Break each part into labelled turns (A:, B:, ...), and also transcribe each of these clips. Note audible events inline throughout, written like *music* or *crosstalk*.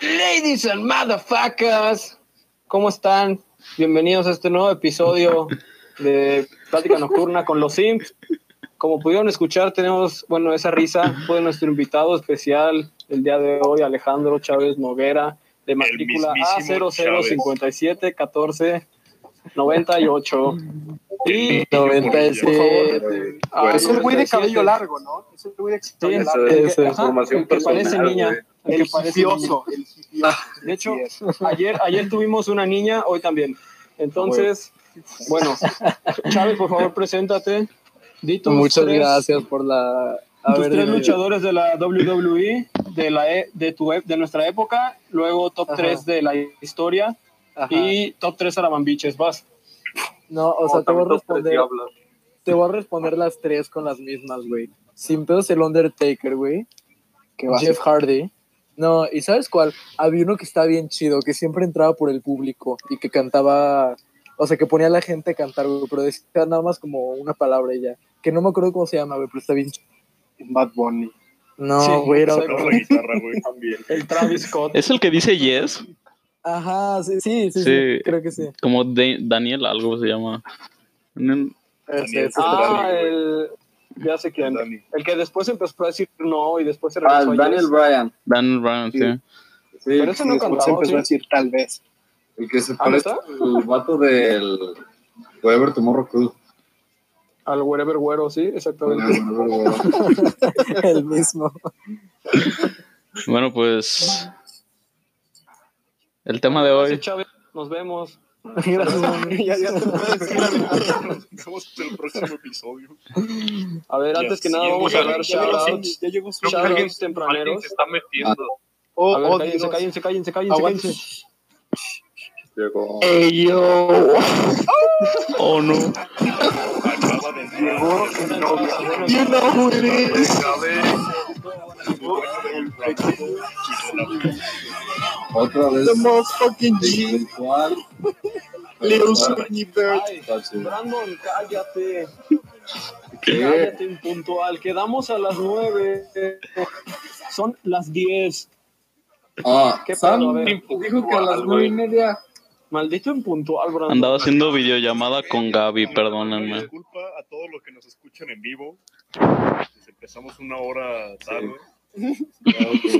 A: Ladies and motherfuckers, ¿cómo están? Bienvenidos a este nuevo episodio de Plática Nocturna con los Sims. Como pudieron escuchar, tenemos, bueno, esa risa fue nuestro invitado especial el día de hoy, Alejandro Chávez Noguera, de matrícula
B: mismísimo
A: A005751498. Y
C: Eh, pues,
D: Ese-
A: Ah,
E: es el güey de
A: 97.
E: cabello largo, ¿no? Es el güey de cabello
A: Sí,
E: largo.
A: ese-
E: El que-
A: ese-
E: ajá,
D: Información
A: el que
D: personal,
A: parece niña.
D: güey.
A: El que parece niña.
E: hipioso, el hipioso.
A: De hecho,
E: Sí, es.
A: ayer,
D: *laughs*
A: ayer tuvimos una niña, hoy también. Entonces, bueno, Chávez, por favor, preséntate. Di tus
D: Muchas
A: tres-
D: gracias por la.
A: tus
D: haber
A: tres
D: venido.
A: luchadores de la WWE, de, la e- de, tu, e- de nuestra época, luego top
D: Ajá.
A: 3 de la historia
D: Ajá.
A: y top 3 arabambiches. Vas.
D: No, o sea, te voy,
E: Oh, también los
D: a
E: tres
D: responder,
E: diablos.
D: te voy a responder las tres con las mismas, güey. Sin pedos el Undertaker, güey.
E: Que va a
D: Jeff Hardy. No, ¿y sabes cuál? Había uno que estaba bien chido, que siempre entraba por el público y que cantaba, o sea, que ponía a la gente a cantar, güey, pero decía nada más como una palabra y ya. Que no me acuerdo cómo se llama, güey, pero está bien chido.
E: Bad Bunny.
D: No,
A: Sí,
D: güey, era...
A: exacto.
B: Tocaba la guitarra, güey, también.
A: El Travis
D: *laughs*
A: Scott.
F: ¿Es el que dice Yes?
D: Ajá, sí, sí, sí, sí,
F: Sí.
D: creo que sí.
F: Como de- Daniel algo se llama. No,
D: Ese, ese
A: ah,
B: Daniel,
A: el. Ya sé quién.
B: Dani.
A: El que después empezó a decir no y después se
E: Ah,
A: regresó a
E: Daniel
A: Yes.
E: Bryan.
F: Dan Brown, sí.
E: Sí.
A: Pero ese no
E: Después
A: cantaba,
E: empezó
A: ¿sí?
E: a decir tal vez.
C: El que se
A: ¿Ah,
C: parece
A: neta?
C: al vato del Weber Tomorrow Crew.
A: Al wherever güero, sí, exactamente.
D: *laughs* el mismo.
F: Bueno, pues. El tema de
A: Sí,
F: hoy.
A: Chávez, nos vemos.
D: Gracias, *laughs* mami.
A: Ya- ya te puedes ir a la-
B: *laughs* Nos vemos en el próximo episodio.
A: A ver,
B: Ya,
A: antes que
B: sí,
A: nada *laughs*
B: ya
A: vamos a
B: llegó-
A: dar
B: ya llegó
A: shoutouts.
E: Ya llegó su
A: Creo que
E: chavo.
A: alguien- tempraneros.
G: se está metiendo.
E: Oh,
A: A ver,
E: oh,
A: cállense,
E: Dios.
A: cállense, cállense, cállense,
E: Aguante.
A: cállense.
C: Llegó.
F: Oh no.
B: Acaba de entrar.
C: Otra vez.
E: The motherfucking G.
C: Virtual.
E: *laughs* Little Skinny Bird.
A: Ay, Brandon, cállate. Cállate impuntual. Quedamos a las nueve. Son las diez.
C: Ah,
A: ¿Qué
C: Sam
A: pedo? A ver,
C: dijo que a las nueve y media.
A: maldito impuntual, Brandon.
F: Andaba haciendo videollamada con Gaby, perdónenme.
B: Disculpa a todos los que nos escuchan en vivo. Les empezamos una hora tarde.
E: Güey,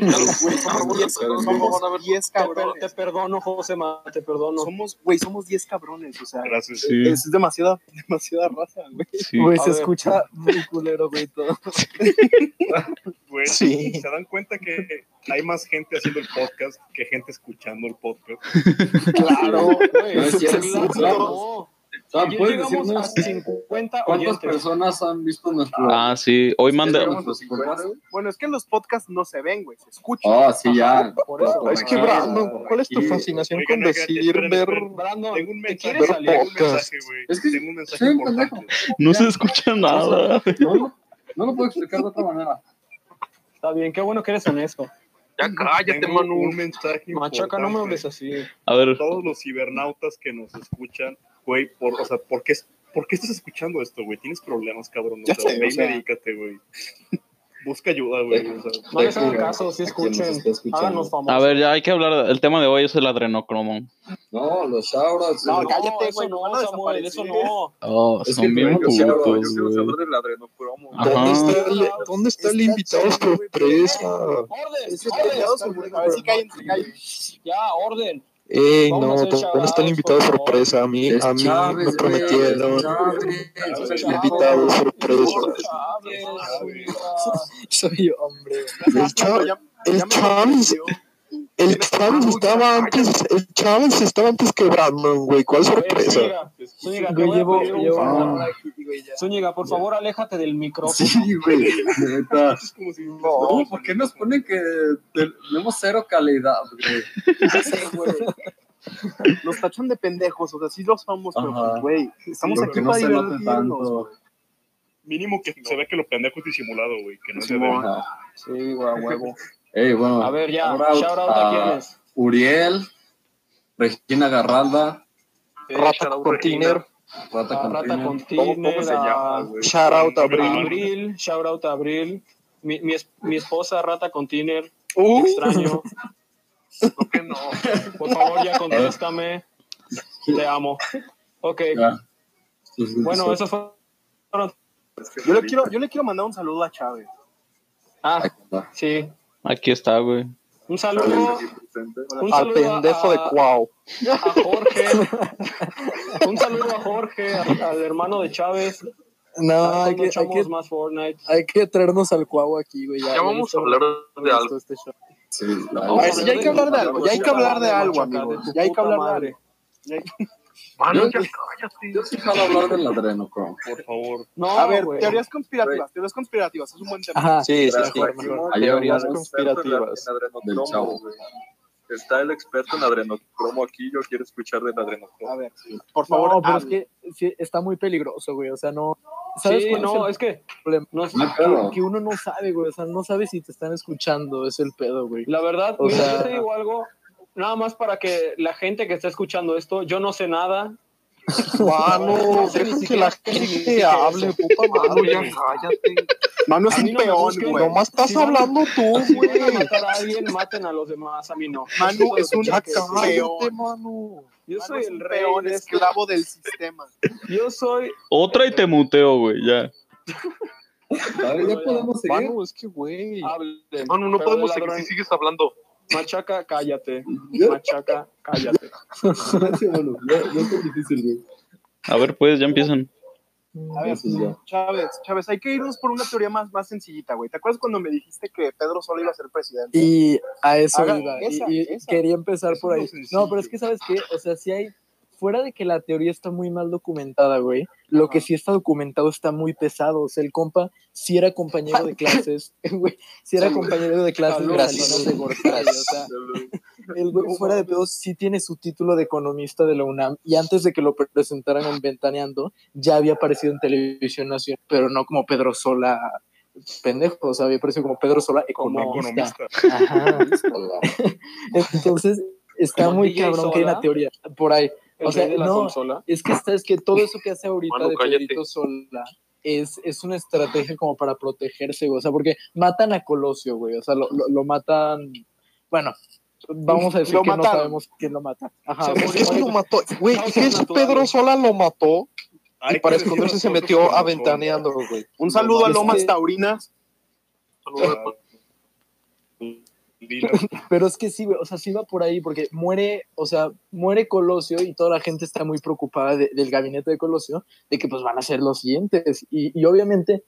E: somos diez- somos 10
A: Te, per- te
E: cabrones.
A: perdono, José, Ma, te perdono.
E: Somos, güey, somos 10 cabrones, o sea.
B: Gracias.
F: Sí,
E: Es demasiada, *laughs* demasiada raza, güey.
F: sí.
D: Güey,
A: A
D: se
A: ver.
D: escucha muy culero, güey, todo.
B: Güey,
E: Sí.
B: Pues, ¿Se dan cuenta que hay más gente haciendo el podcast que gente escuchando el podcast?
E: *laughs*
A: Claro, güey.
C: No es cierto,
A: claro.
C: claro. Sam,
A: Ayer
C: ¿puedes
A: llegamos a
C: decirnos
A: 50
C: cuántas
A: oyentes.
C: personas han visto nuestro
F: Ah, sí. Hoy mandé.
C: nuestros podcasts?
E: Bueno, es que en los podcasts no se ven, güey, se escuchan.
C: Oh, sí, ya.
A: por eso.
C: Por
A: Es que,
C: acá,
A: Brandon,
E: ¿cuál es tu
C: aquí.
E: fascinación
B: Oigan,
E: con
B: oigan,
E: decir,
B: esperen,
E: ver?
B: esperen.
A: Brandon,
B: Tengo un
A: ¿te
B: mensaje,
A: quieres salir?
B: tengo un mensaje, güey.
C: Es que
B: tengo un mensaje
C: soy un
B: importante.
F: No se escucha nada.
C: *laughs* No, no lo puedo explicar de otra manera.
A: Está bien, qué bueno que eres honesto.
G: Ya cállate,
B: Tengo
G: Manu.
B: un mensaje
A: Machaca, no me
B: importante.
A: hables así.
F: A ver,
B: todos los cibernautas que nos escuchan, güey, por, o sea, ¿por qué, ¿por qué estás escuchando esto, güey? Tienes problemas, cabrón. O
E: Ya
B: sea,
E: sé,
B: ve
E: o
B: y
E: sea.
B: medícate, güey. *laughs* Busca ayuda, güey. o sea.
A: No les hagan
C: Tengo-
A: caso, sí
C: a quien nos
A: escuchen.
C: está escuchando.
A: Háganos famosos.
F: a ver, ya hay que hablar. El tema de hoy es el adrenocromo.
C: No, los shoutouts.
A: No,
C: los-
A: cállate,
E: cállate,
A: eso
E: güey,
A: no,
E: van a
A: Samuel, eso
E: desaparecer.
A: no.
F: Oh,
C: Es que
F: son bien
C: no,
F: putos,
C: yo quiero- yo quiero
F: güey.
G: del adrenocromo.
F: Ajá.
E: ¿Dónde está el invitado sorpresa?
A: ¡Orden!
E: Ese
A: ¡Orden!
E: callado sorpresa. A ver si cállense, cállense.
A: ¡Ya, orden!
H: Ey,
A: Vamos a
H: no,
A: hacer
H: ¿dónde está el
A: shoutouts,
H: invitado
A: por favor.
H: sorpresa? A mí,
C: Es
H: a mí
C: Chávez,
H: me
C: güey,
H: prometieron
C: es Chávez.
H: el
A: Chávez.
H: invitado sorpresa.
A: Chávez,
B: Chávez.
A: mira.
D: Soy hombre.
H: El, Cha-
E: Ya-
H: el
E: ya me
H: Chávez,
E: sorprendió.
H: el Chávez estaba antes, el Chávez estaba antes que Brandon, güey. ¿Cuál sorpresa?
A: Zúñiga, Zúñiga, te
D: Güey,
A: voy a
D: llevo,
A: pedir un
D: llevo
A: favor.
E: Ah.
D: una hora aquí, güey, ya.
A: Zúñiga, por favor, aléjate del
C: *laughs*
A: micrófono.
C: Sí, güey. *laughs* Neta.
B: Es como si-
C: No, ¿por qué nos ponen que te- tenemos cero calidad, güey?
E: Ya sé, güey. Nos tachan de pendejos, o sea, sí los somos, pero
C: Ajá.
E: pues, güey, estamos
C: Porque
E: aquí
C: no
E: para
C: se note
E: divertirnos.
C: tanto.
B: Mínimo que se vea que lo pendejo es disimulado, güey. Que no se vea.
C: Ajá.
A: Sí, güey, a huevo.
C: Ey, bueno.
A: A ver, ya,
C: ahora ah,
A: shout out a quienes.
C: Uriel, Regina Garralda,
H: Rata Cortiner,
C: Rata
A: A Ah, Rata
C: Contina.
A: Container, a
H: shout out a
A: a
H: Abril.
A: Abril, shout out a Abril. Mi, mi, es- mi esposa, Rata Container,
E: Uh,
A: extraño.
G: *laughs* ¿Por qué no?
A: Por favor, ya contéstame. Te amo. Ok,
C: Ya. Pues,
A: bueno,
C: sí.
A: esas fueron.
E: Yo le, quiero, yo le quiero mandar un saludo a Chávez.
A: Ah,
C: Aquí está.
A: sí.
F: Aquí está, güey.
A: Un saludo. Un
H: Al
A: saludo
H: pendejo de
A: a-
H: Cuau.
A: a Jorge. Un saludo a Jorge, al, al hermano de Chávez.
D: No,
A: Cuando
D: hay que, hay,
A: echamos
D: que,
A: más Fortnite.
D: hay que traernos al cuau aquí, güey.
G: Ya vamos a
D: hizo-
G: hablar de algo.
D: hizo este show.
C: Sí, la-
A: Ahora sí,
E: ya hay que hablar de algo, ya hay que hablar de algo,
A: Machacar,
E: amigos.
A: de tu
E: Ya hay que
A: puta
E: hablar de
A: madre.
E: algo.
G: Mano,
C: Yo
G: ya cállate.
C: sí jalo hablar del adrenocromo.
B: Por favor.
A: No,
E: A ver,
A: güey.
E: teorías conspirativas, teorías conspirativas, es un buen tema.
D: Ajá.
H: Sí, sí, sí.
C: Teorías
G: conspirativas.
C: Del chavo.
G: Está el experto en adrenocromo aquí, yo quiero escuchar del adrenocromo.
E: A ver, por
D: No,
E: favor,
D: pero es
E: hable.
D: que sí, está muy peligroso, güey. O sea, no. ¿Sabes
A: Sí,
D: cuál
A: no,
D: es
A: es que.
D: problema?
A: no-
C: No hay
D: el
C: pedo.
D: que uno no sabe, güey? O sea, no sabe si te están escuchando, es el pedo, güey.
A: la verdad,
D: O
A: mira,
D: sea-
A: yo te digo algo. Nada más para que la gente que está escuchando esto, yo no sé nada. *laughs*
H: Mano,
A: sé ni
H: dejen Ah, que
A: siquiera
H: la
A: qué
H: gente
A: significa
H: hable, puta
G: Mano, ya
H: madre.
G: cállate.
E: Mano es
A: a mí
E: un
A: no me
E: peón,
A: busquen,
E: güey.
H: Nomás estás
A: Si van-
H: hablando
A: *laughs*
H: tú,
A: Si
H: güey.
A: van a matar a alguien, maten a los demás, a mí no.
E: Manu es un
H: Ya cállate,
E: peón.
H: mano.
A: Yo
E: Manu
A: soy
E: es
A: el
E: un
A: rey
E: peón,
A: de esto.
E: esclavo del sistema.
A: Yo soy
F: Otra y te muteo, güey, ya.
C: A ver, ya podemos seguir.
H: Mano, es que, güey.
A: Hablen.
G: Mano, no
A: Pero
G: podemos
A: de
G: seguir
A: ladrón.
G: si sigues hablando.
A: Machaca, cállate.
C: Ya,
A: Machaca, cállate.
C: sí, bueno, ya, ya está difícil, güey.
F: A ver, pues, ya empiezan.
E: A ver,
C: Entonces, ya.
E: Chávez, Chávez, hay que irnos por una teoría más, más sencillita, güey. ¿Te acuerdas cuando me dijiste que Pedro solo iba a ser presidente?
D: Y a eso
E: Haga-
D: iba.
E: esa,
D: y, y
E: esa.
D: quería empezar
B: Eso
D: por
B: es
D: ahí.
B: lo sencillo.
D: No, pero es que, ¿sabes qué? O sea, si hay. Fuera de que la teoría está muy mal documentada, güey, lo que sí está documentado está muy pesado. O sea, el compa sí era compañero de clases, güey, sí era compañero de clases de
H: Gracias.
D: Salinas de Gortari, o sea, el güey fuera de pedos sí tiene su título de economista de la UNAM y antes de que lo presentaran en Ventaneando ya había aparecido en televisión nacional, pero no como Pedro Sola pendejo, o sea, había aparecido como Pedro Sola
B: Como
D: economista.
B: economista.
D: Ajá.
A: Ah,
D: *laughs* Entonces está
A: Como
D: muy
A: DJ
D: cabrón que hay
A: Sola.
D: una teoría por ahí.
A: El
D: O sea,
A: rey de la
D: no.
A: consola.
D: Es que está, es que todo eso que hace ahorita
G: Manu,
D: de
G: cállate.
D: Pedrito Sola es, es una estrategia como para protegerse, güey. O sea, porque matan a Colosio, güey. O sea, lo, lo- lo matan. Bueno, vamos a decir
E: Lo
D: que no
E: mataron.
D: sabemos quién lo mata. Ajá.
A: Se
H: Es que
A: murió.
H: se lo mató. Güey,
A: Causas
H: ¿qué es
A: naturales.
H: Pedro Sola lo mató?
B: Hay
H: Y
B: que
H: para
B: decir
H: esconderse
B: las
H: se
B: cosas
H: metió
B: como
H: a
B: son.
H: ventaneando, güey.
E: Un saludo a
D: Es
E: Lomas
D: que-
E: Taurinas.
G: Saludos.
B: Dila.
D: Pero es que sí, güey, o sea, sí va por ahí, porque muere, o sea, muere Colosio y toda la gente está muy preocupada de- del gabinete de Colosio, de que pues van a ser los siguientes. Y, y obviamente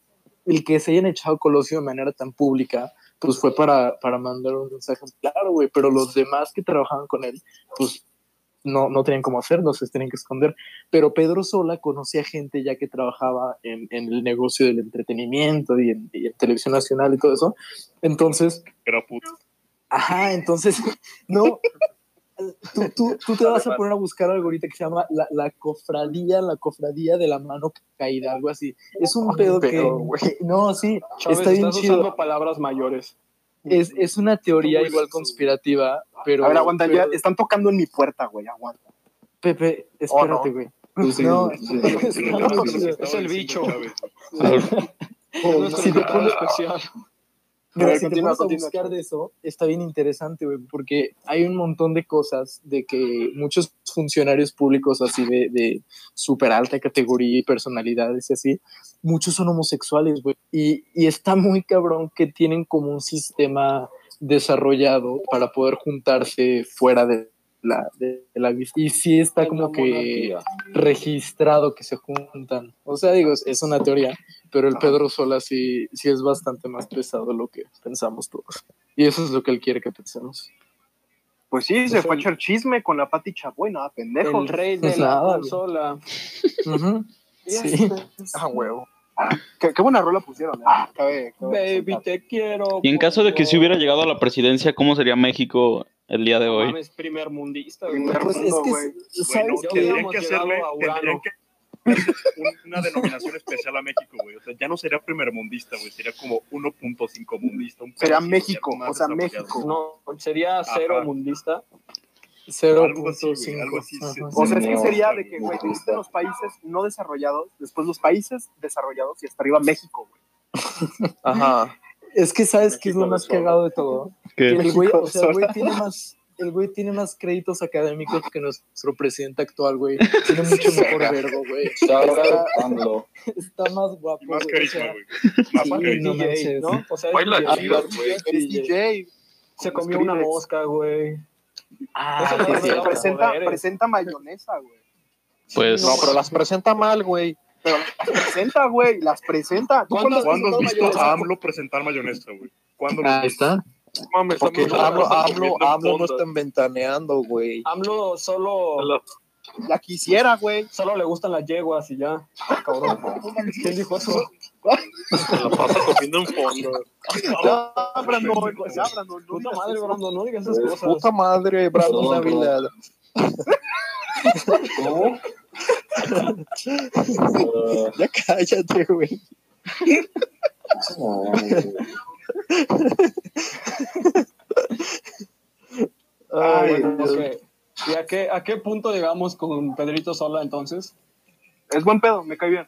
D: el que se hayan echado a Colosio de manera tan pública, pues fue para, para mandar un mensaje claro, güey, pero los demás que trabajaban con él, pues no, no tenían cómo hacerlo, se tenían que esconder. Pero Pedro Sola conocía gente ya que trabajaba en, en el negocio del entretenimiento y en- y en televisión nacional y todo eso. Entonces...
B: Era puto.
D: Ajá, entonces, *laughs* no. Tú, tú, tú te vas a poner a buscar algo ahorita que se llama la, la cofradía, la cofradía de la mano caída, algo así. Es un pedo que.
H: pedo, güey.
D: que- *laughs* no, sí,
A: Chávez,
D: está bien
A: estás
D: chido.
A: usando palabras mayores.
D: Es, es una teoría igual conspirativa, pero.
E: A ver, aguanta, ya
D: pero-
E: están tocando en mi puerta, güey, aguanta.
D: Pepe, espérate, güey.
C: Tú sigue,
D: No. *laughs*
C: tú sigue.
B: Es *laughs*
D: No,
B: lo que
D: sí,
B: estaba
A: es el
B: diciendo
A: bicho.
B: Chávez.
F: A ver,
A: Nuestro
D: si te
A: invitado
D: pones-
A: especial.
D: Mira,
E: A ver,
D: si
E: continúa,
D: te pones a
E: continúa,
D: buscar
E: Chava.
D: de eso, está bien interesante, güey, porque hay un montón de cosas de que muchos funcionarios públicos así de, de súper alta categoría y personalidades y así, muchos son homosexuales, güey. Y, y está muy cabrón que tienen como un sistema desarrollado para poder juntarse fuera de la, de, de la vista. Y sí está
A: En la
D: como que
A: monarquía.
D: registrado que se juntan. O sea, digo, es- es una teoría, pero el Pedro Sola sí, sí es bastante más pesado de lo que pensamos todos. Y eso es lo que él quiere que pensemos.
E: Pues sí, se
A: Es
E: fue a
A: el-
E: echar chisme con la Pati Chapoy, nada, pendejo.
A: El rey de
D: Pues
A: la
D: nada, güey.
A: consola.
D: Ujú. Sí.
E: Ah, huevo. Qué, qué buena rola pusieron, eh. Cabe- cabe
A: Baby,
E: resaltar.
A: te quiero.
F: Y en
A: por
F: caso de que
A: Dios.
F: si hubiera llegado a la presidencia, ¿cómo sería México el día de
A: No
F: hoy?
A: Mames, primer mundista. güey.
E: Primer
D: Pues es
E: mundo,
D: que,
E: güey.
D: ¿sabes
B: Bueno,
A: Ya
D: qué?
B: tendrían que
A: hubiéramos llegado
B: hacerle
A: a Urano.
B: tendrían que una denominación especial a México, güey. O sea, ya no sería primermundista, güey. Sería como 1.5 mundista. un
E: Sería
B: pedacito
E: México,
B: más
E: o sea,
B: desarrollado.
E: México.
A: No, sería cero
B: Ajá.
A: mundista.
B: Algo así, güey,
D: 0.5.
B: algo así, sí,
D: Ajá.
E: O sea, es que
C: No,
E: sería
B: está
E: de que,
B: bien,
E: güey,
C: está bien.
E: existen los países no desarrollados, después los países desarrollados y hasta arriba México, güey.
H: Ajá.
D: Es que sabes qué es lo
G: México
D: más
G: de solo.
D: cagado de todo.
F: ¿Qué?
E: *laughs*
D: Que el güey,
E: México
D: o
E: de
D: sea, el
E: solo.
D: güey tiene más, el güey tiene más créditos académicos que nuestro presidente actual, güey. Tiene mucho mejor verbo,
B: *laughs*
D: güey.
I: Shout AMLO.
D: Está más guapo.
B: Y más
D: güey,
B: carisma,
D: o sea,
B: güey. Más
D: sí,
B: carisma.
D: no manches.
A: ¿no? O sea, es
G: Baila
A: DJ,
G: chido, güey.
E: Es DJ.
A: se
E: como
A: comió una
E: Skrillex.
A: mosca, güey.
E: Eso
A: sí,
E: no,
A: sí,
E: güey,
A: sí.
E: presenta,
A: Poderes.
E: presenta mayonesa, güey.
F: Pues,
H: No, pero las presenta mal, güey.
E: Pero las presenta, güey. Las presenta. ¿Tú
A: ¿Cuándo-
E: cuándo has
B: ¿Cuándo has
E: presentado
B: visto
E: mayonesa?
B: a AMLO presentar mayonesa, güey? ¿Cuándo lo
D: Ahí
B: has visto?
D: está.
G: Mames,
H: Porque
G: estamos hablando
H: AMLO,
G: de
H: AMLO,
G: comiendo
H: AMLO no
G: fondas.
H: están ventaneando, güey.
A: AMLO solo,
E: La quisiera, güey.
A: solo le gustan las yeguas y ya. Ah, Cabrón. ¿Quién dijo eso?
G: Se
B: *laughs*
G: la pasa comiendo en fondo.
E: Ya, Brandon. Ya, Brandon. No
A: Puta
E: digas
A: madre,
E: eso.
A: Brando, no digas esas cosas.
H: Puta madre, Brandon
I: No,
H: Ávila.
I: ¿Cómo? Eh,
H: *laughs* Ya cállate, güey.
I: ¿cómo? Ay,
A: Ah,
H: Ay,
A: bueno,
H: Dios.
A: ok. ¿Y a qué, a qué punto llegamos con Pedrito Sola entonces?
E: Es buen pedo, me cae bien.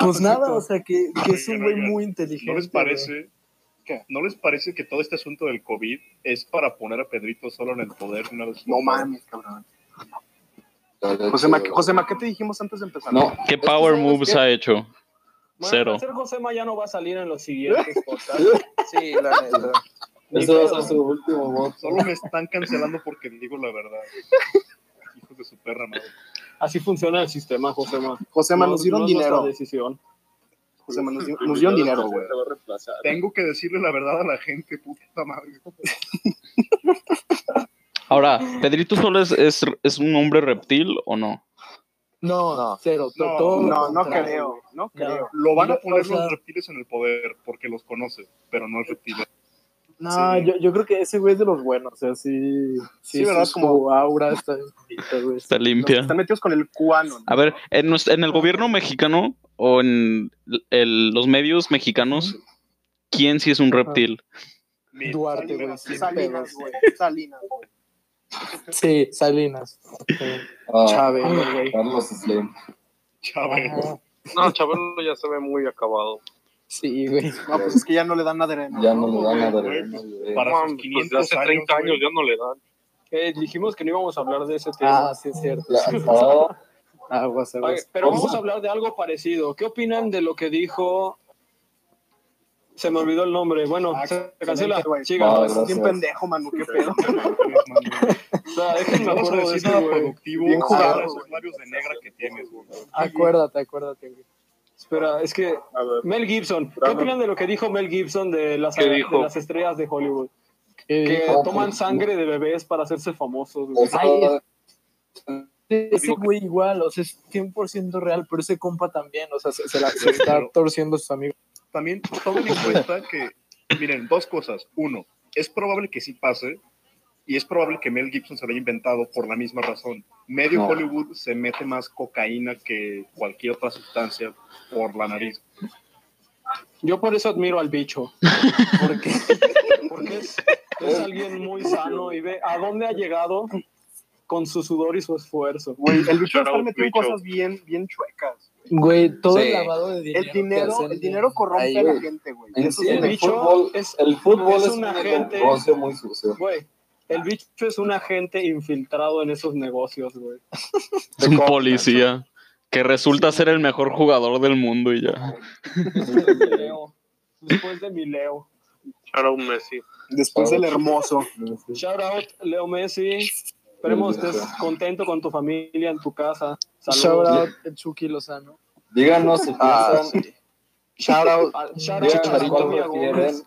D: Pues nada, o sea, que, que es un
B: Oigan,
D: güey
B: oigan,
D: muy
B: Ah, ¿No
D: inteligente.
B: les
D: güey.
B: parece?
E: ¿Qué?
B: ¿No les parece que todo este asunto del COVID es para poner a Pedrito solo en el poder? una vez?
E: No mames, cabrón.
I: José
E: José, Ma-
I: Mac-
E: José Ma, ¿qué te dijimos antes de empezar?
I: No,
F: ¿Qué power moves ha hecho?
A: Bueno, pues, eh,
F: Cero.
A: al parecer Josema ya no va a salir en los
E: *laughs*
A: siguientes podcasts.
H: Sí, la neta.
I: ese va a ser su último voto.
B: Solo me están cancelando porque digo la
E: *laughs*
B: verdad. Hijos de su perra madre.
A: Así funciona el sistema, Josema.
E: José, Ma,
A: No-
E: nos dieron
A: no es nuestra
E: dinero.
A: decisión.
E: José, Ma, nos, di- nos dieron dinero, güey.
G: Te va a reemplazar.
B: Tengo que decirle la verdad a la gente, puta madre.
F: Ahora, ¿Pedrito Sola es, es, es un hombre reptil o no?
D: No,
H: No.
D: cero. to-
B: No,
D: todo lo
E: No, no
D: contrario.
E: creo, no creo.
B: Lo van a
D: No,
B: poner
D: o sea-
B: los reptiles en el poder porque los conoce, pero no es
E: Ah,
B: reptil.
D: No,
B: Sí.
D: yo, yo creo que ese güey es de los buenos. O sea, sí. Sí,
E: Sí, ¿verdad?
D: Su,
E: Como-
D: su aura está bien bonita, güey.
F: Está limpia.
E: Están metidos con el cubano.
F: A ver, en, nues- en el gobierno mexicano o en el- los medios mexicanos, ¿quién sí es un reptil?
B: Mira,
D: Duarte,
B: Salinas,
D: güey, sí.
E: Salinas, güey. Salinas, güey.
D: Sí, Salinas.
I: Ah,
D: Chávez, güey.
I: Carlos Slim.
B: Chávez. *laughs*
D: Ajá.
G: No, Chabelo ya se ve muy acabado.
D: Sí, güey.
E: No, pues es que ya no le dan adrenalina.
I: Ya no le dan
B: güey,
I: adrenalina,
B: güey,
I: güey.
B: Para
G: No,
B: sus
G: mames, pues de
B: 500
G: hace 30 años,
B: güey.
G: ya no le dan.
A: Eh, dijimos que no íbamos a hablar de ese tema.
D: Ah, sí, es cierto.
I: La- ah,
D: Aguas,
A: Oye,
E: pues,
D: aguas.
A: pero vamos a hablar de algo parecido. ¿Qué opinan de lo que dijo? Se me olvidó el nombre. Bueno,
E: Ah,
A: se
E: excelente,
A: cancela.
E: güey.
A: Siga.
I: Ah,
E: Estás bien
I: gracias.
E: pendejo, mano, qué pedo.
A: O sea, déjenme
B: Vamos a
A: acuerdo de
B: decir
A: eso,
B: nada
A: güey.
B: productivo.
E: Bien jugado,
B: Ahora esos
E: güey.
B: labios de negra que tienes, güey.
D: Acuérdate, acuérdate, güey.
A: Espera, es que
G: A ver,
A: Mel Gibson. ¿Qué
G: Brandon.
A: opinan de lo que dijo Mel Gibson de las,
G: ¿Qué
A: de
G: dijo?
A: las estrellas de Hollywood? Que
D: Eh,
I: dijo?
A: toman sangre de bebés para hacerse famosos. güey.
I: eso-
D: Ay, ese
G: digo que-
D: güey igual, o sea, es 100% real, pero ese compa también, o sea, se, se la, se está torciendo a sus amigos.
B: También tomen en cuenta que, miren, dos cosas. Uno, es probable que sí pase y es probable que Mel Gibson se lo haya inventado por la misma razón. Medio
I: No.
B: Hollywood se mete más cocaína que cualquier otra sustancia por la nariz.
A: Yo por eso admiro al bicho. Porque, porque es, es alguien muy sano y ve a dónde ha llegado con su sudor y su esfuerzo.
E: Güey, el bicho
G: Shout
E: está
G: out,
E: metido en
G: bicho.
E: cosas bien, bien chuecas.
D: Güey, todo
I: Sí.
D: el lavado de dinero.
E: El
D: que
E: dinero,
D: hacen
E: el dinero corrompe
D: ahí,
E: a la
I: güey.
E: gente, güey.
I: En
E: Eso
I: sí,
E: es
I: el,
E: de-
A: bicho
I: fútbol,
A: es-
I: el fútbol
A: es
I: es,
A: un
I: un
A: agente-
I: negocio muy sucio.
A: Güey, el bicho es un agente infiltrado en esos negocios, güey.
F: Es un policía que resulta ser el mejor jugador del mundo y ya.
A: Después de mi Leo. Después de mi Leo.
G: shout out Messi.
E: Después del hermoso.
A: Shout out, Leo Messi. Esperemos estés contento con tu familia en tu casa.
D: Shout
A: Saludos.
D: out el Chucky Lozano.
I: Díganos si
H: Ah,
I: piensan,
H: Shout out,
A: Ah, Shout
H: Chicharito,
A: out,
I: díganos
A: Chicharito
I: cuál
A: Mia
I: prefieren.
A: Gómez.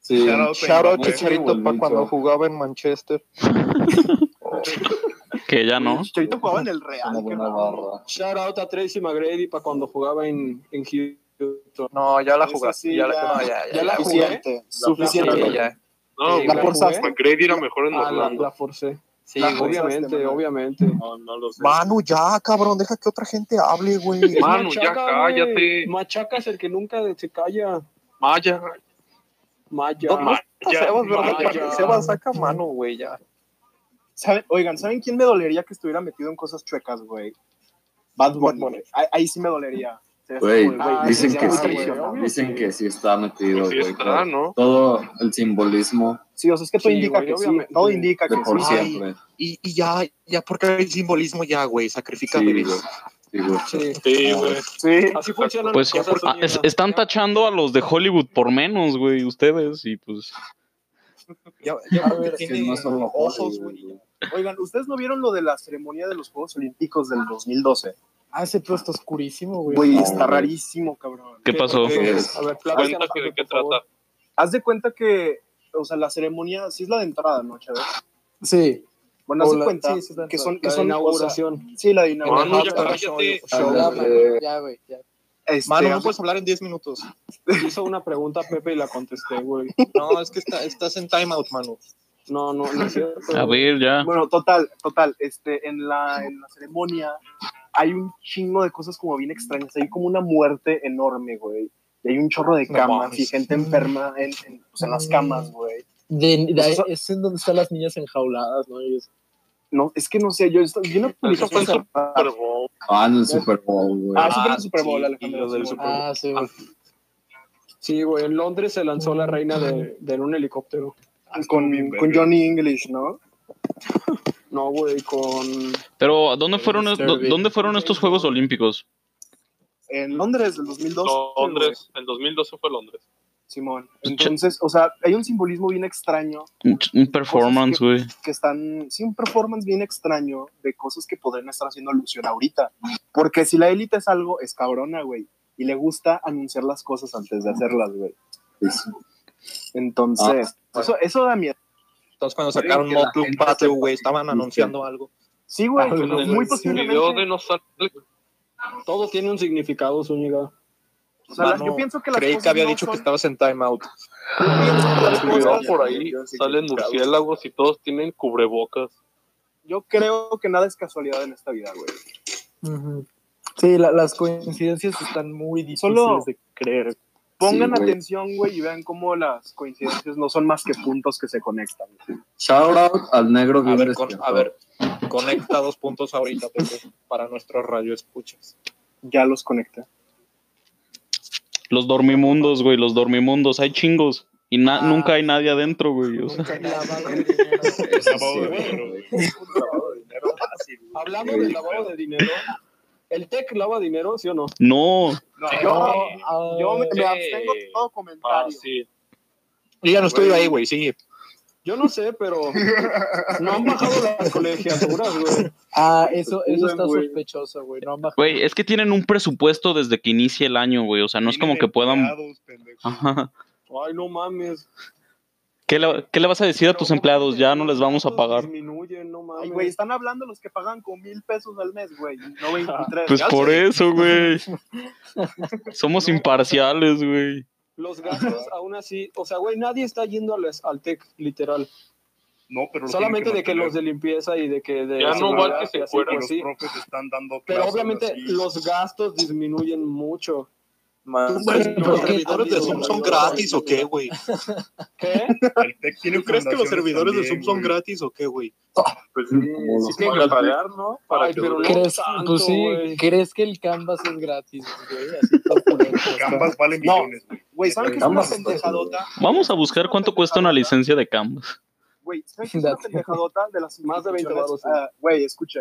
I: Sí.
B: Shout out,
H: shout out
B: Mbappé.
H: Chicharito para cuando jugaba en Manchester.
F: Que ya no.
E: Chicharito jugaba en el
I: Una
E: Real, qué
I: buena
E: raro.
I: barra.
A: Shout out a Tracy McGrady para cuando jugaba en, en Houston.
H: No, ya la
E: Esa
H: jugaste.
E: sí,
H: ya, la,
E: ya-
H: no, ya, ya,
A: ya la jugué.
H: Suficiente. Suficiente.
A: jugué.
H: Sí, ya.
G: No,
A: Sí,
G: güey,
H: La forzaste.
G: McGrady era mejor en
A: Ah, la,
G: Orlando.
A: la forcé.
H: Sí,
E: La
H: güey.
E: forzaste,
A: obviamente,
E: Manuel.
A: obviamente.
G: No, no lo sé.
H: Manu, ya, cabrón, deja que otra gente hable,
A: *laughs*
H: güey.
G: Manu, ya
A: güey.
G: cállate.
A: Machaca es el que nunca de- se calla.
G: Maya.
A: Maya.
H: No, ma-
G: Ya,
H: Sebas, ¿verdad?
A: vaya.
H: Sebas, saca mano, güey, ya.
E: ¿Saben? Oigan, ¿saben quién me dolería que estuviera metido en cosas chuecas, güey? Bad Bunny.
H: Bunny.
E: Ahí, ahí sí me dolería. Se hace
I: Güey,
E: como el Este güey.
I: dicen
E: Se
I: que
E: llama,
I: Ah, sí.
E: güey, obvio.
I: Dicen que sí está metido,
G: Sí
I: güey.
G: está,
I: pero
G: ¿no?
I: Todo el simbolismo
E: Sí, o sea, es que todo
A: Sí,
E: indica
A: güey,
E: que sí.
A: obviamente.
E: Todo indica que
I: de por
E: sí.
J: Ay,
I: siempre.
J: Y, y ya, ya porque hay simbolismo ya, güey, sacrifica
I: Sí,
J: bebés.
I: güey. Sí, güey. Ah,
G: Sí, güey.
E: Sí.
A: Así funcionan
F: Pues
A: las cosas,
F: ah,
A: señora.
F: es- están tachando a los de Hollywood por menos, güey, ustedes. Y pues.
J: Ya, ya
D: A
J: porque
D: ver,
I: Es
J: tiene
I: que no es solo
J: ojos,
I: Hollywood,
J: güey.
E: Oigan, ¿ustedes no vieron lo de la ceremonia de los Juegos Olímpicos del 2012?
D: Ah, ese pedo está oscurísimo, güey.
E: Güey,
I: No,
E: está
I: güey.
E: rarísimo, cabrón.
F: ¿Qué pasó?
I: güey. Es-
A: A ver,
G: Cuenta
A: platícanos,
G: que de qué
A: por favor.
G: trata.
E: Haz de cuenta que, o sea, la ceremonia, sí es la de entrada, ¿no, Chávez?
D: Sí.
E: Bueno, haz
D: O
E: de
D: la-
E: cuenta
D: sí, sí es la
E: que son... Que
A: La
E: son
A: inauguración.
E: o sea, sí, la de
G: Manu,
E: inauguración.
G: ya
E: Show,
G: cállate.
E: show,
D: Ya,
E: show.
D: mano, pues, ya, güey. ya.
E: Este,
J: Mano, pues. no puedes hablar en 10 minutos.
A: Hizo una pregunta a Pepe y la contesté, güey.
J: No, es que está- estás en timeout, mano.
A: No, no, no es cierto.
F: A ver, ya.
E: Bueno, total, total. Este, en la, en la ceremonia hay un chingo de cosas como bien extrañas. Hay como una muerte enorme, güey. Y hay un chorro de camas y
J: mames.
E: gente enferma en, en, pues, en las camas, güey.
D: De- de-
E: Eso-
D: es en donde están las niñas enjauladas, ¿no? Y es-
E: No, es que no sé, yo estoy
G: *laughs*
E: vi una
G: Eso fue
E: publicación.
G: en Super Bowl.
I: Ah, en el Super Bowl, güey.
E: Ah, eso fue en el Super Bowl,
G: sí,
E: Alejandro.
G: y lo del
E: sí,
G: Super
E: güey.
D: Ah, sí, güey.
A: Sí, güey, en Londres se lanzó la reina de, de en un helicóptero.
E: Ah, con, con Johnny
G: *laughs*
E: English, ¿no?
A: No, güey, con...
F: Pero, ¿a ¿dónde fueron,
D: Mr.
F: dó-
D: Bean.
F: ¿dónde fueron estos Juegos Olímpicos?
E: En Londres del 2012. güey,
G: Londres. El 2012 fue Londres.
E: Simón. Entonces, o sea, hay un simbolismo bien extraño
F: Un, un performance, güey.
E: que están, sí, un performance bien extraño de cosas que podrían estar haciendo alusión ahorita. Porque si la élite es algo, es cabrona, güey. Y le gusta anunciar las cosas antes de hacerlas, güey.
G: Ah.
E: Entonces,
G: pues,
E: eso, eso da miedo.
J: Entonces, cuando sacaron Motley Battle, güey, estaban anunciando algo.
E: Sí, güey,
G: En el
E: muy
G: video de
E: posiblemente.
G: no sale
A: Todo tiene un significado, Zúñiga.
E: O sea, la-
J: Mano,
E: yo pienso que las
J: Creí
E: cosas
J: que había
E: no
J: dicho que
E: son-
J: estabas en timeout.
E: yo pienso que las
G: el video
E: cosas-
G: por ahí, salen murciélagos y todos tienen cubrebocas.
E: Yo creo que nada es casualidad en esta vida, güey.
D: Ujú. Sí, la- las coincidencias están muy difíciles
E: Solo-
D: de creer.
E: Pongan
I: Sí, güey.
E: atención, güey, y vean cómo las coincidencias no son más que puntos que se conectan.
I: Shout out al negro
J: A
I: bien
J: ver, con-
I: despierto.
J: a ver, conecta dos puntos ahorita Pepe, para nuestro radio escuchas.
E: Ya los conecta.
F: Los dormimundos, güey, los dormimundos. Hay chingos. Y na- nunca hay nadie adentro, güey. o sea.
I: Eso sí,
B: Lavado de
I: güey.
A: Hablando del lavado de dinero, ¿el TEC lava dinero, sí o no?
F: no.
E: yo,
D: Ah,
E: yo me, me
G: Sí.
E: abstengo de todo
J: Ah,
E: comentario.
G: Fácil.
J: Yo ya no estoy ahí, güey, sí.
A: Yo no sé, pero no han bajado las colegiaturas, güey.
D: ah, eso, eso
E: Uy,
D: está
E: güey.
D: sospechoso, güey. No, ma-
F: Güey, es que tienen un presupuesto desde que inicia el año, güey. O sea, no es como que puedan. Ah. Ajá.
A: Ay, no mames.
F: ¿Qué le, qué le vas a decir a tus empleados? Ya no les vamos a pagar.
A: Disminuyen, no
E: Ay,
A: mames.
E: güey, están hablando los que pagan con mil pesos al mes, güey. No 23.
F: Pues por eso, güey. *laughs* Somos imparciales, güey.
A: Los gastos aún así, o sea, güey, nadie está yendo al, al TEC, literal.
B: No, pero lo
A: Solamente
B: tienen
A: de que
B: mantener.
A: los de limpieza y de que... De
G: Ya no
A: seguridad
G: va que se
A: y así,
G: fueran
A: pues
B: Y los
A: sí.
B: profes están dando
A: Pero
B: clases
A: obviamente
B: así.
A: los
B: *laughs*
A: gastos disminuyen mucho.
E: Más.
J: Güey, ¿Los
A: qué?
J: servidores de Zoom son gratis o qué, güey?
A: ¿Qué?
B: El tech tiene
J: ¿Tú crees que los
B: fundaciones
J: servidores de
B: también,
J: Zoom son
B: güey.
J: gratis o qué, güey?
G: Pues sí,
I: Como
G: sí
I: los
G: tienen que pagar, ¿no? Para
A: Ay,
G: que
A: pero
G: dure.
A: no
D: ¿Crees,
A: tanto,
D: pues sí,
A: güey.
D: ¿crees que el canvas es gratis, güey? Así todo culero está.
B: Canvas vale
E: No.
B: millones. güey.
E: Güey, ¿saben qué es una
I: Ambas están
E: pendejadota?
F: Vamos a buscar cuánto cuesta una licencia de Canvas.
E: Güey, ¿saben qué es una
D: Date.
E: pendejadota de las
A: Más de 20
E: instituciones?
A: varos,
E: Ah, Güey, escucha.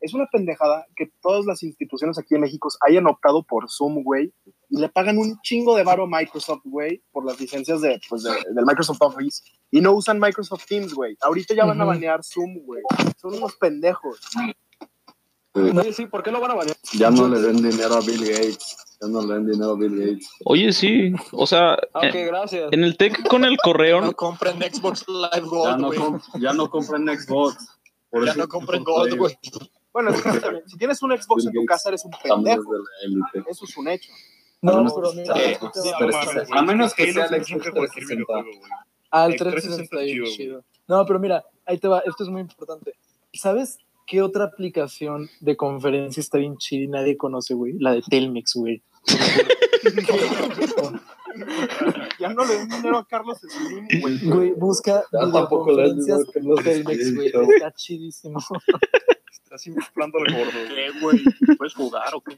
E: Es una pendejada que todas las instituciones aquí en México hayan optado por Zoom, güey, y le pagan un chingo de varo a Microsoft, güey, por las licencias de, pues, de- del Microsoft Office, y no usan Microsoft Teams, güey. Ahorita ya van a
D: Ujú.
E: banear Zoom, güey. Son unos pendejos.
A: Oye, sí, ¿por qué lo van a banear?
I: Ya no le den dinero a Bill Gates. Ya no le den dinero a Bill Gates.
F: Oye, sí. O sea,
A: Ah, ok,
F: eh,
A: gracias.
F: en el tech con el correo.
J: No compren Xbox Live
I: Ya
J: Gold,
I: no,
J: güey.
I: comp- ya no compren Xbox. Por
J: Ya
I: eso
J: no compren Gold, güey.
E: Bueno, es que también, si tienes un Xbox en tu casa, eres un
I: Estamos desde
E: pendejo.
I: la élite.
E: Eso es un hecho.
D: No,
I: no,
D: pero mira,
I: eh,
A: este,
D: tú te vas-
B: No
I: pero
B: mames,
I: es-
B: güey.
I: a menos que
B: Halo
I: sea
B: es
I: el
B: un
I: Xbox
B: juego de cualquier
I: 360.
B: videojuego, güey.
D: Ah, el
B: El
D: 360 está bien
B: 360
D: chido. No, pero mira, ahí te va, esto es muy importante. ¿Sabes qué otra aplicación de conferencia está bien chida y nadie conoce, güey? La de Telmex, güey.
E: Ya no le den dinero a Carlos Slim, güey.
D: Güey, *laughs* busca
I: Ya tampoco le den dinero
D: videoconferencias
I: a Carlos
D: Telmex, güey. *laughs*
I: Slim,
D: Está chidísimo.
B: Estás inflando al gordo. güey.
G: ¿Qué, güey? ¿Puedes jugar o qué?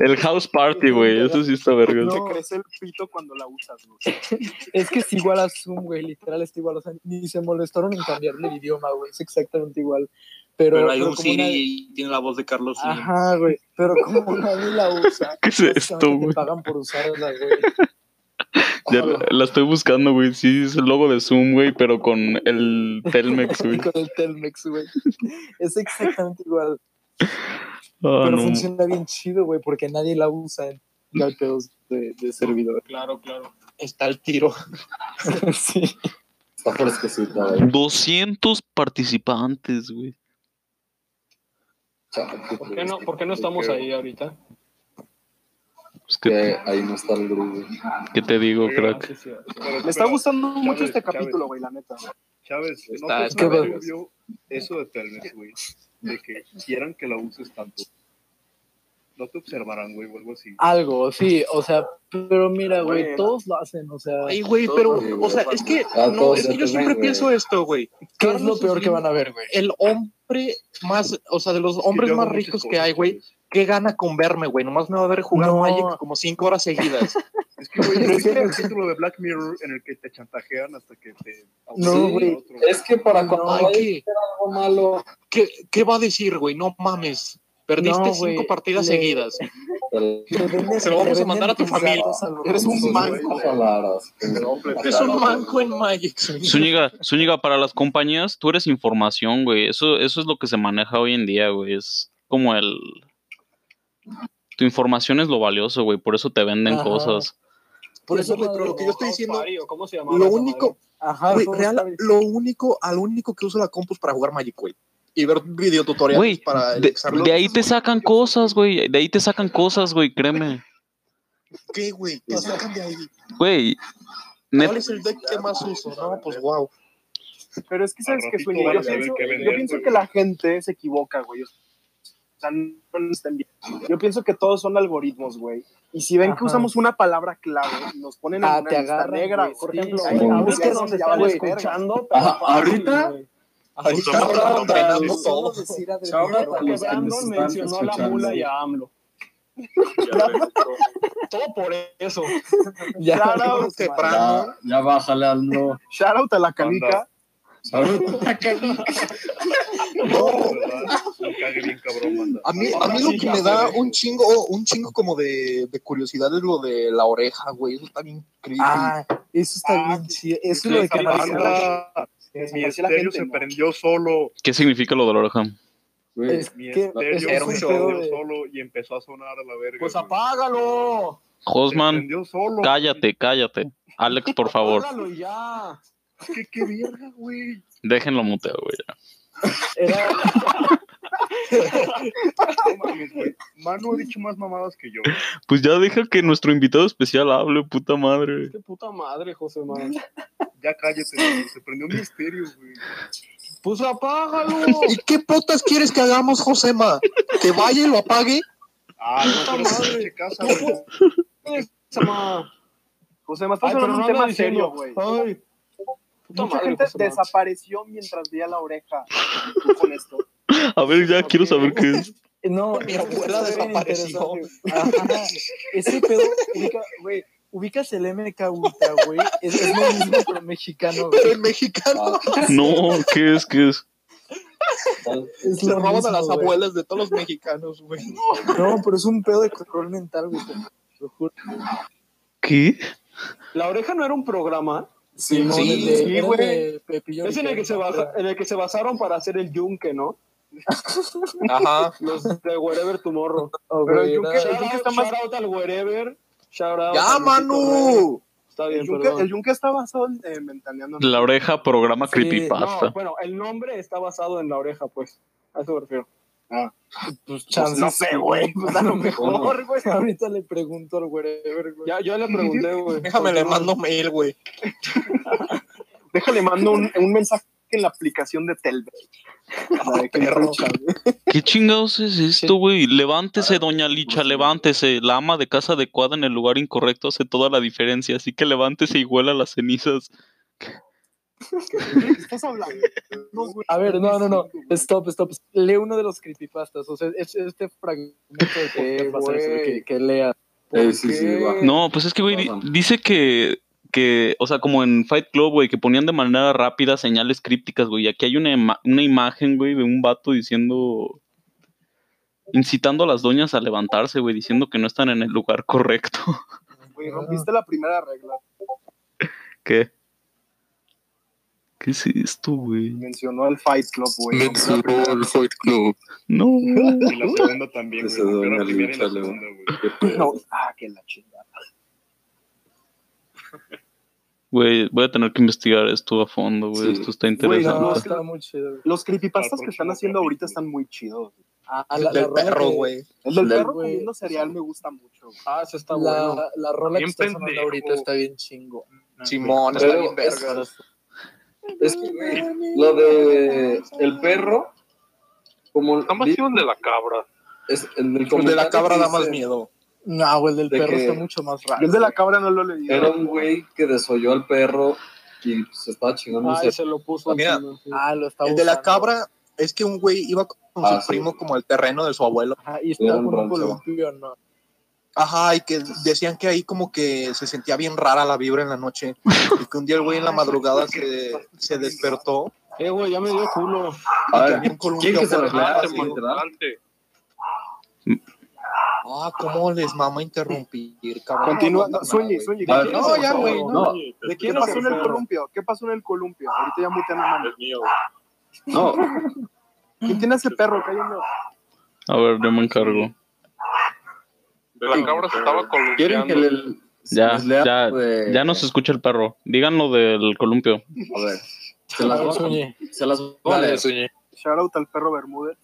F: El house party, güey. Eso sí está verga.
E: Te crece el pito cuando la usas, güey.
D: Es que es igual a Zoom, güey, literal es igual. O sea, ni se molestaron en cambiarle el idioma, güey. Es exactamente igual. Pero,
J: Pero, hay
D: pero
J: un
D: como
J: Siri
D: nadie-
J: y tiene la voz de Carlos Slim.
D: Ajá, güey. Pero como nadie la usa.
F: *laughs* ¿Qué es
D: básicamente
F: esto, güey?
D: Te pagan por usarla, güey.
F: Ya la, la estoy buscando, güey. Sí, es el logo de Zoom, güey, pero con el Telmex,
D: *laughs*
F: güey.
D: Con el Telmex, güey. Es exactamente igual.
F: Ah,
D: pero
F: no.
D: funciona bien chido, güey, porque nadie la usa en no hay pedos de, de servidor.
J: Claro, claro. Está el tiro.
D: sí.
I: Está fresquecita, güey.
F: 200 participantes, güey.
A: ¿Por qué no, por qué no estamos ahí ahorita?
F: Pues, ¿qué,
I: Que ahí no está el grupo.
F: qué te digo, crack?
E: Me está gustando mucho este capítulo, güey, la neta.
B: Chávez, no
G: Está-
B: te
D: es que
B: suena
D: vergas.
B: obvio eso de Telmex, güey. De que quieran que la uses tanto. No te observarán, güey, o algo así.
D: Algo, sí, o sea, pero mira, güey,
G: Bueno.
D: todos lo hacen, o sea,
J: Ay, güey, pero,
I: Sí,
J: o
I: güey,
J: sea,
I: aparte.
J: es que,
I: Ah,
J: no,
I: todos
J: es
I: se
J: que yo
I: te
J: siempre
I: ven,
J: pienso esto, güey.
D: ¿qué es lo
J: Carlos
D: peor que
J: Slim,
D: van a ver, güey?
J: El hombre más, o sea, de los
B: Es que
J: hombres
B: yo hago
J: más
B: muchas
J: ricos que
B: cosas,
J: hay, güey, ¿qué gana con verme, güey? Nomás me va a ver jugar
D: No.
J: Magic como cinco horas *laughs* seguidas.
B: Es que, güey, es el capítulo de Black Mirror en el que te chantajean hasta que te...
D: No, güey.
B: Otro,
I: Es que para cuando
D: No,
J: Ay,
I: vaya
J: ¿qué,
I: algo malo,
J: qué, qué va a decir, güey? No mames. Perdiste
D: No,
J: cinco
D: güey,
J: partidas
D: le-
J: seguidas.
I: te
D: Le venden-
J: Se lo vamos
D: le
J: a
D: venden
J: mandar a tu
D: pizarras
J: familia.
D: a los
E: Eres un
D: rusos,
E: man.
D: güey.
I: las alaras.
J: *laughs* Es un manco en Magic. güey.
F: Zúñiga, Zúñiga, para las compañías, tú eres información, güey. Eso, eso es lo que se maneja hoy en día, güey. Es como el. Tu información es lo valioso, güey. Por eso te venden
D: Ajá.
F: cosas.
J: Por eso, güey,
D: Madre,
J: pero lo que yo estoy diciendo,
A: Mario, ¿Cómo se llamaba?
J: lo
A: esa
J: único,
D: Ajá,
J: güey,
D: todos
J: real,
D: saben.
J: lo único, al único que uso la compu es para jugar Magic, güey. Y ver videotutoriales
F: Güey,
J: para el
F: De,
J: examen.
F: de ahí te sacan cosas, güey. De ahí te sacan cosas, güey. Créeme.
J: ¿Qué, güey? Te sacan de ahí.
F: Güey. net-
J: ¿Cuál es el deck que más uso? No, pues wow.
E: Pero es que, ¿sabes
B: Al
E: qué,
B: ratito
E: Zúñiga?
B: van
E: Yo
B: a saber
E: pienso,
B: qué vender,
E: yo pienso
B: güey.
E: que la gente se equivoca, güey. O sea, no lo estén bien. Yo pienso que todos son algoritmos, güey. Y si ven que
D: Ajá.
E: usamos una palabra clave, nos ponen
D: Ah,
E: en
D: te
E: una lista
D: agarran,
E: negra,
D: güey,
E: güey. Por
D: sí,
E: ejemplo,
D: sí,
E: ahí
I: sí.
E: aún
I: Es
A: que
E: ya
A: nos
E: se
A: Ah, están
E: vale
A: escuchando,
E: verga.
I: Ajá, ahorita, Ahorita
J: Ahorita está
I: está
J: penando
I: penando
J: todo.
D: Todos decir a Adrián
C: Ahora
D: Barba.
A: madre? Porque Brandon mencionó a la mula y a AMLO.
G: Ya ves, bro.
A: Todo por eso.
D: Ya,
E: Claro,
D: güey,
E: que
D: madre.
I: ya, ya bájale al no.
E: Shout out a la canica.
I: Ahorita que
B: No, ¿verdad? Me cague bien cabrón, manda.
J: A mí, a mí lo que me da un chingo, un chingo como de, de curiosidad es lo de la oreja, güey. Eso está bien creepy.
D: Ah, eso está bien chido. Eso es lo de
B: Esa
D: canalizar.
B: banda, Mi
E: Así la
B: estéreo
E: gente,
B: se
E: ¿no?
B: prendió solo.
F: ¿Qué significa lo de la oreja?
D: Es
B: Mi
D: que
B: estéreo
D: eso
B: se
J: era un
D: es
B: prendió
D: un pedo de-
B: solo y empezó a sonar a la verga.
A: Pues
B: güey.
A: apágalo.
B: Se
F: Hosman,
B: prendió solo.
F: cállate, cállate. Alex, por favor,
A: Apágalo y ya.
B: ¿Qué, qué verga, güey?
F: déjenlo muteado, güey. ya.
D: Era,
B: No mames, güey. Manu ha dicho más mamadas que yo.
F: Pues ya deja que nuestro invitado especial hable, puta madre.
A: Qué puta madre, José Man.
B: Ya cállate, güey. se prendió un misterio, güey.
A: Pues apágalo.
J: ¿Y qué putas quieres que hagamos, Josema? ¿Que vaya y lo apague?
B: Ah, no, pero
A: madre.
B: pinche casa, güey.
A: Sama.
E: José, más
A: Ay,
E: estás hablando de un
A: anda
E: tema
A: diciendo,
E: serio, güey.
A: Ay. Puta
E: Mucha
A: madre,
E: gente
A: José Man.
E: desapareció mientras veía la oreja con esto.
F: A ver, ya quiero saber qué es.
D: no,
J: Mi
D: eso
J: abuela
D: está bien
J: desapareció.
D: interesante. Ajá. Ese pedo, ubica- güey, ubicas el MK Ultra, güey. Es, es lo mismo pero mexicano, güey.
J: Pero el
I: Ah,
J: mexicano
F: No, ¿qué es? ¿Qué es?
D: Es
J: se
D: lo
J: roban
D: mismo,
J: a las
D: güey.
J: abuelas de todos los mexicanos, güey.
D: No, pero es un pedo de control mental, güey. te lo juro.
F: ¿Qué?
A: La oreja no era un programa.
D: Sí, no,
J: sí,
D: el de-
A: sí,
D: era
A: güey.
D: de Pepillo
A: Es en el que se
D: Origel,
A: baja, en el que se basaron para hacer el yunque, ¿no?
J: Ajá.
A: Los de Wherever Tomorrow.
D: o
E: Pero
D: güey,
E: yo
D: era-
E: que-
A: Shout out-
E: está más-
A: shout out al Wherever. Shout out
J: ¡Ya,
A: a Luisito Rey.
J: Manu!
A: Está bien,
E: El yunque,
A: perdón.
E: el yunque está basado en eh, Ventaneando. ¿no?
F: La oreja programa
D: Sí,
F: creepypasta.
A: No, pues, bueno, el nombre está basado en la oreja, pues. A eso me refiero.
D: Pues
E: Pues
D: chances,
E: no sé, güey. Pues
D: *laughs*
E: a lo mejor, güey.
D: Ahorita le pregunto al wherever, güey.
A: Ya, yo le pregunté, güey.
J: Déjame, le mando mail, güey.
E: Déjale, mando un, un mensaje en la aplicación de Telbel. La de que
J: Perro.
E: entra Chávez.
F: ¿Qué chingados es esto, güey? Levántese, doña Licha, levántese. La ama de casa adecuada en el lugar incorrecto hace toda la diferencia, así que levántese y huela las cenizas.
E: ¿De qué estás hablando? No, güey.
D: A ver, no, no, no. Stop, stop. Lee uno de los creepypastas. O sea, es- este fragmento de podcast va a ser eso de que, que lea.
I: Eh, sí, sí, va.
F: No, pues es que, güey, di- dice que, que, o sea, como en Fight Club, güey, que ponían de manera rápida señales crípticas, güey. Y aquí hay una, ima- una imagen, güey, de un vato diciendo, incitando a las doñas a levantarse, güey, diciendo que no están en el lugar correcto. *laughs*
E: Güey, rompiste la primera regla.
F: ¿Qué? ¿Qué es esto, güey?
E: Mencionó el Fight Club, güey.
I: Mencionó el Fight Club.
E: *laughs*
F: No.
B: Y la segunda también, güey.
I: Esa
B: rompió
I: doña
B: La primera y la
I: Lucha, luego.
B: segunda, güey.
I: Qué pedo.
E: No, ah, que la chingada.
F: Güey, voy a tener que investigar esto a fondo, güey.
I: Sí.
F: Esto está
E: Güey,
F: interesante.
E: no,
D: No,
E: no,
D: está muy chido.
E: Los creepypastas
B: Al
E: que están
B: próximo
E: haciendo
B: capítulo.
E: ahorita están muy chidos.
D: Ah, ah, la, la
J: Del
D: rola
J: perro,
D: que-
J: güey.
E: El del
I: Del-
E: perro comiendo cereal me gusta mucho. güey.
A: Ah, eso está
D: La,
A: bueno.
D: la rola que
B: Bien
D: está sonando
B: pendejo.
D: ahorita está bien chingo.
E: Ah,
J: Simón, está bien verga.
A: Es que, güey, lo de el perro, como
G: Nada más
A: di-
G: iba el de la cabra.
A: es- en el
J: El de la
A: comentario
J: cabra da más
A: dice,
J: miedo.
D: No, güey, el del
A: ¿De
D: perro
A: qué?
D: está mucho más
E: Yo
D: raro.
E: el de la cabra no lo he leído.
A: Era un güey que desolló al perro y se estaba chingando un
I: Ah,
A: cer-
I: ese-
A: se lo puso.
J: Mira,
A: encima, sí.
D: Ah, lo está
J: El de la
D: buscando.
J: cabra es que un güey iba con
I: Ah,
J: su
I: sí.
J: primo como al terreno de su abuelo.
D: Ajá, y
I: Era
D: está
I: un
D: con un
I: rancho.
D: columpio, ¿no?
J: Ajá, y que decían que ahí como que se sentía bien rara la vibra en la noche. Y que un día el güey en
D: Ah,
J: la madrugada se, se despertó.
A: Eh, güey, ya me dio culo.
J: Y
I: A ver,
J: que había un
I: ¿quién
J: columpio
I: que se
J: afuera
I: los
J: de la
I: lea?
J: casa, digo, Ah, cómo les mama interrumpir, cabrón.
E: Continúa,
J: No,
E: no,
J: no,
E: sueñe,
J: Ah, güey.
E: sueñe.
I: A
A: Ah,
I: ver,
E: continúa,
J: No,
E: por
J: ya,
E: favor.
J: güey.
I: No,
G: Este
E: ¿De quién pasó en el columpio? ¿Qué pasó en el columpio? Ahorita ya mutean a mano.
G: Es mío,
I: no.
E: ¿Quién tiene ese perro? Cállenlo.
F: A ver, yo me encargo.
G: güey. La cabra se estaba
I: ¿Quieren que
G: columpiando.
I: le, se
F: Ya,
I: los lea?
F: ya,
E: Eh,
I: Pues,
F: ya no se escucha el perro. Díganlo del columpio.
I: A ver, se las voy
D: Sueñe.
I: se las voy a leer.
E: Shout out al perro Bermúdez.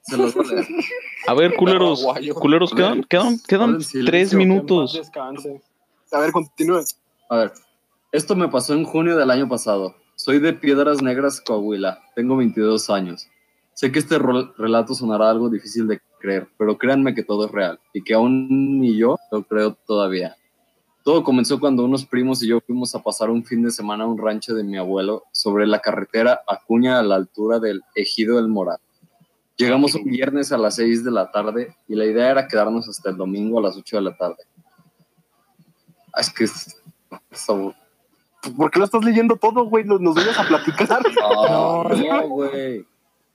I: Se las voy a leer.
F: A
E: *laughs*
F: ver, culeros,
J: Paraguayo.
F: culeros,
I: A ver,
F: quedan, quedan, quedan
I: guarden silencio,
F: tres
I: que en paz
F: minutos.
A: Descanse.
E: A ver, continúen.
I: A ver, esto me pasó en junio del año pasado. Soy de Piedras Negras, Coahuila. Tengo 22 años. Sé que este rol- relato sonará algo difícil de creer, pero créanme que todo es real y que aún ni yo lo creo todavía. Todo comenzó cuando unos primos y yo fuimos a pasar un fin de semana a un rancho de mi abuelo sobre la carretera Acuña a la altura del Ejido El Moral. Llegamos un viernes a las 6 de la tarde y la idea era quedarnos hasta el domingo a las 8 de la tarde. Ah, Es que es- está bu-
E: ¿Por qué lo estás leyendo todo, güey? Nos, nos vienes a
B: *laughs*
E: platicar.
I: No, no, güey.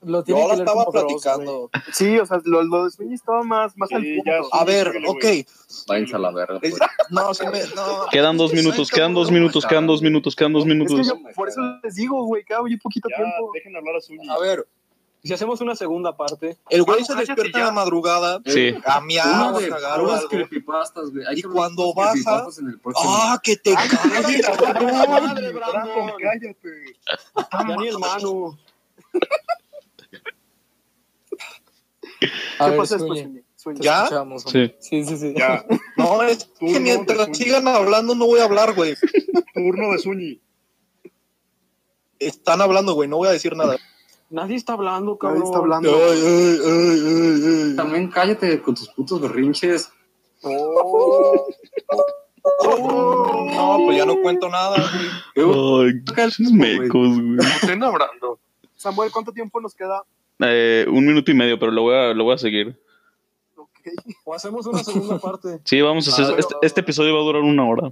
D: Lo tiene
J: Yo
D: que
J: la
D: leer
J: estaba
D: como Dross,
J: platicando.
E: Sí, o sea, lo, lo de Sweeney estaba más, más
B: Sí,
E: al
B: ya
E: punto.
B: sé.
J: A ver,
B: Síguele,
J: ok.
B: güey.
I: Váyanse a la verga.
J: Es-
I: pues.
J: No, sí me, no.
F: Quedan dos minutos, quedan dos minutos, quedan dos minutos, quedan dos
E: Es que
F: minutos.
E: yo, por eso les digo, güey, cada muy poquito
B: Ya,
E: este *laughs* tiempo.
B: dejen hablar a Zuni.
J: A ver,
A: Si hacemos una segunda parte,
J: el güey se
E: ah,
G: Cállate
J: despierta en
G: ya.
J: la madrugada,
F: Sí.
E: Eh,
J: a miar,
I: Uno
J: o a
I: de
J: cagar o
I: puras
J: algo.
I: creepypastas, güey. Hay
J: Y
I: que hablar
J: cuando
I: de
J: baja-
I: creepypastas en el próximo.
J: ¡Ah, que te calles, cabrón!
A: Madre,
B: Brandon,
A: Brandon.
B: cállate.
A: ya ni el Manu.
D: A
E: ¿Qué
D: ver,
E: pasa después,
D: sueñe.
E: Sweeney? Sweeney.
D: Te
J: ¿Ya?
D: escuchamos,
F: Sí.
D: Sí, sí, sí.
B: Ya,
J: No, es que mientras sigan hablando no voy a hablar, güey.
B: turno de Zuni.
J: Están hablando, güey, no voy a decir nada.
A: Nadie está hablando, cabrón.
E: Nadie está
J: Ay,
E: hablando.
J: ay, ay, ay, ay.
I: También cállate con tus putos berrinches.
J: No, pues ya no cuento nada, güey.
F: Ay, pinches mecos, güey.
G: Estén hablando.
E: Samuel, ¿cuánto tiempo nos queda?
F: Eh, un minuto y medio, pero lo voy a, lo voy a seguir.
E: Ok.
A: O hacemos una segunda parte.
F: Sí, vamos a hacer.
E: Ah,
F: este, este episodio va a durar una hora.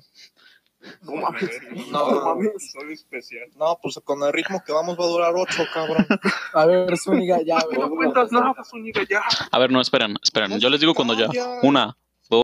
E: No mames.
J: No,
E: No mames.
B: Soy especial.
J: No, pues con el ritmo que vamos va a durar ocho, cabrón.
D: A ver, Zúñiga, ya, güey.
G: No cuentas nada, Zúñiga, ya.
F: A ver, no, esperen, esperen. Yo les digo cuando ya. Una,